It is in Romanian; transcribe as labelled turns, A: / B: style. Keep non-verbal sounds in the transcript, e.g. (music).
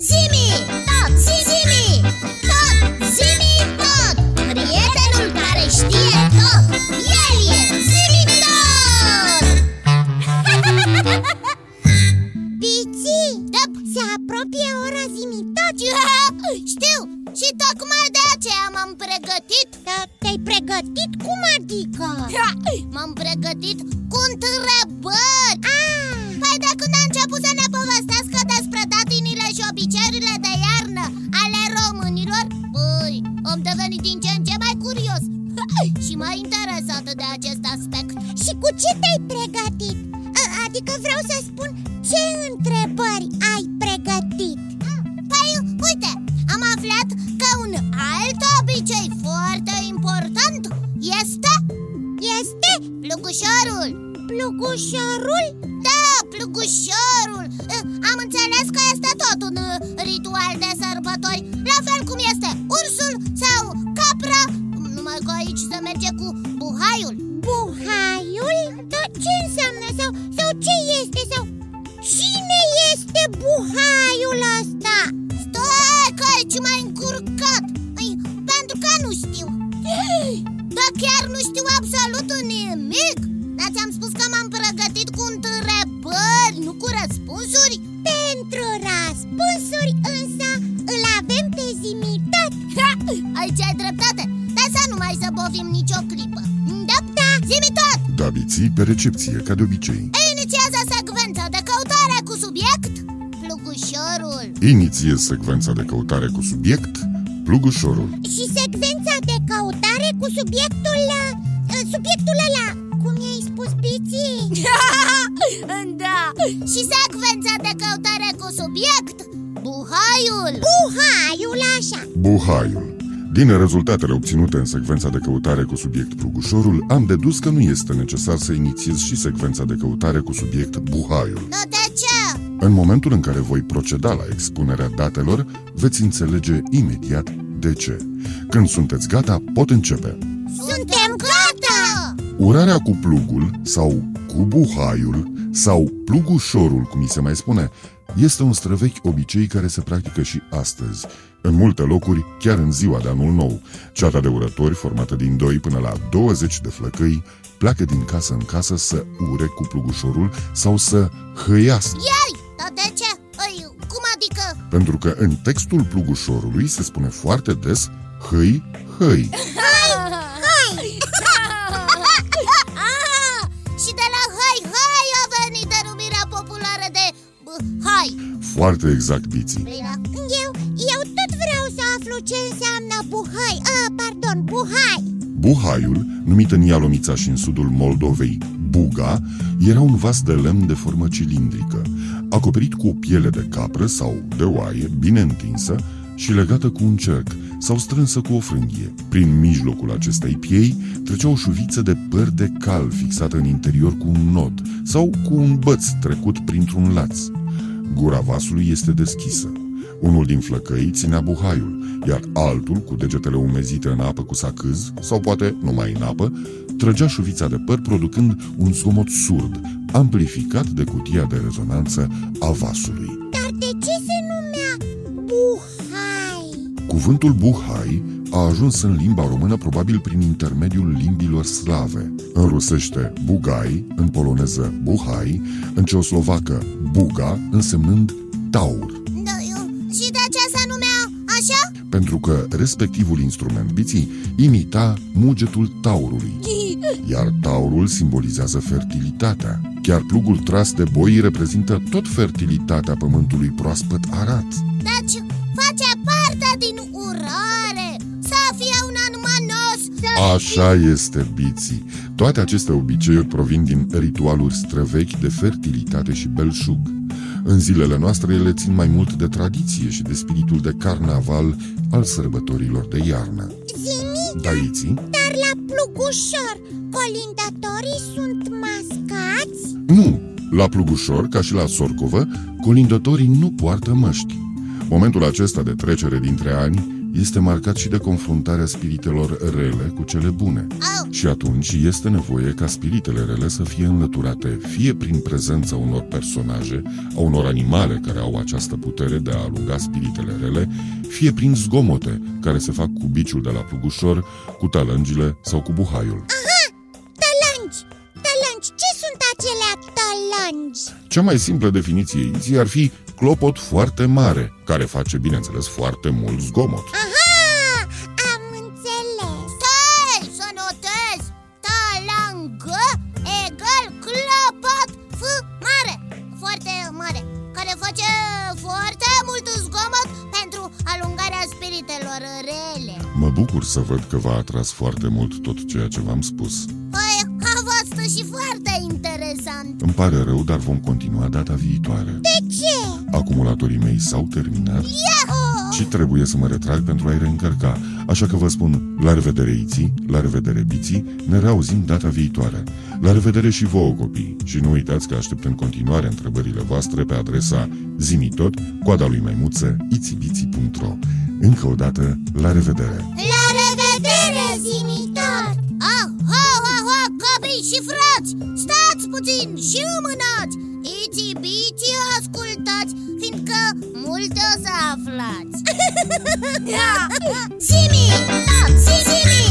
A: Zimi, tot, zimi, tot, zimi, tot Prietenul care știe tot, el e zimi tot (laughs) Biții, da. se apropie ora zimi tot (laughs) Știu, și tocmai de aceea m-am pregătit Dar Da, te-ai pregătit? Cum adică? m-am pregătit cu întrebări Păi de când a început să ne povestească despre datinile și obiceiurile de iarnă ale românilor Păi, am devenit din ce în ce mai curios (laughs) și mai interesată de acest aspect Și cu ce te-ai pregătit? Adică vreau să spun, ce întrebări ai pregătit? Păi, uite, am aflat că un alt obicei foarte important este... Este? Plugușorul Plugușorul? Da, plugușorul Eh, Am înțeles că este tot un eh, ritual de sărbători La fel cum este ursul sau capra Numai că aici se merge cu buhaiul Buhaiul? Dar ce înseamnă? Sau, sau ce este? Sau cine este buhaiul ăsta? Stai că aici m-ai încurcat Păi, Pentru că nu știu Dar chiar nu știu absolut nimic Dar ți-am spus că m-am pregătit cu întrebări, nu cu răspunsuri Pentru răspunsuri însă îl avem pe zimitat Aici ai dreptate, dar să nu mai zăbovim nicio clipă Da, da, zimitat
B: Daviții pe recepție, ca de obicei.
A: Inițiază secvența de căutare cu subiect Plugușorul
B: Inițiez secvența de căutare cu subiect, plugușorul.
A: Și secvența de căutare cu subiectul la... ă, Subiectul ăla Cum i-ai spus, Biții? (laughs) da Și secvența de căutare cu subiect Buhaiul Buhaiul, așa
B: Buhaiul. Din rezultatele obținute în secvența de căutare cu subiect plugușorul, am dedus că nu este necesar să inițiez și secvența de căutare cu subiect buhaiul.
A: Nu de ce?
B: În momentul în care voi proceda la expunerea datelor, veți înțelege imediat de ce. Când sunteți gata, pot începe.
A: Suntem gata!
B: Urarea cu plugul sau cu buhaiul sau plugușorul, cum îi se mai spune, este un străvechi obicei care se practică și astăzi, în multe locuri, chiar în ziua de anul nou. Ceata de urători, formată din 2 până la 20 de flăcăi, pleacă din casă în casă să ure cu plugușorul sau să hăiască,
A: Ei, dar de ce? Ei, cum adică?
B: pentru că în textul plugușorului se spune foarte des hăi, hăi.
A: Ah, și de la hai, hai a venit denumirea populară de b- hai Păi da,
B: Foarte exact, Biții.
A: Eu, eu tot vreau să aflu ce înseamnă buhai, ah, pardon, buhai
B: Buhaiul, numit în Ialomița și în sudul Moldovei Buga, era un vas de lemn de formă cilindrică, acoperit cu o piele de capră sau de oaie bine întinsă și legată cu un cerc sau strânsă cu o frânghie. Prin mijlocul acestei piei trecea o șuviță de păr de cal fixată în interior cu un nod sau cu un băț trecut printr-un laț. Gura vasului este deschisă. Unul din flăcăi ținea buhaiul, iar altul, cu degetele umezite în apă cu sacâz, sau poate numai în apă, trăgea șuvița de păr producând un zgomot surd, amplificat de cutia de rezonanță a vasului.
A: Dar de ce se numea buhai?
B: Cuvântul buhai a ajuns în limba română probabil prin intermediul limbilor slave. În rusește bugai, în poloneză buhai, în ceoslovacă buga, însemnând taur.
A: Da, eu, și de ce se numea așa?
B: pentru că respectivul instrument biții imita mugetul taurului, iar taurul simbolizează fertilitatea. Chiar plugul tras de boi reprezintă tot fertilitatea pământului proaspăt arat.
A: Deci face parte din urare Să fie un anuman nos să...
B: Așa este, biții. Toate aceste obiceiuri provin din ritualuri străvechi de fertilitate și belșug. În zilele noastre ele țin mai mult de tradiție și de spiritul de carnaval al sărbătorilor de iarnă.
A: Zimi
B: da. Daiții?
A: Dar la plugușor, colindatorii sunt mascați?
B: Nu, la Plugușor, ca și la Sorcovă, colindătorii nu poartă măști. Momentul acesta de trecere dintre ani este marcat și de confruntarea spiritelor rele cu cele bune.
A: Au,
B: Și atunci este nevoie ca spiritele rele să fie înlăturate fie prin prezența unor personaje, a unor animale care au această putere de a alunga spiritele rele, fie prin zgomote care se fac cu biciul de la plugușor, cu talângile sau cu buhaiul.
A: tălângi! Tălângi! Ce sunt acelea tălângi?
B: Cea mai simplă definiție iții ar fi clopot foarte mare, care face, bineînțeles, foarte mult zgomot.
A: Aha! Am înțeles! Stai să notezi! Talangă egal clopot f mare! Foarte mare! Care face foarte mult zgomot pentru alungarea spiritelor rele.
B: Mă bucur să văd că v-a atras foarte mult tot ceea ce v-am spus.
A: Păi, a fost și foarte interesant!
B: Îmi pare rău, dar vom continua data viitoare.
A: De ce?
B: Acumulatorii mei s-au terminat
A: Yahoo!
B: și trebuie să mă retrag pentru a-i reîncărca. Așa că vă spun la revedere iții, la revedere biții, ne reauzim data viitoare. La revedere și vouă copii și nu uitați că aștept în continuare întrebările voastre pe adresa zimitot, coada lui maimuță, itibiții.ro Încă o dată, la revedere!
A: La revedere, zimitor! Ah, Aha, aha, copii și frați! Stați puțin și rămânați! Iți-biți ascultați, fiindcă Da! multe o să aflați! Zimi! Zimi!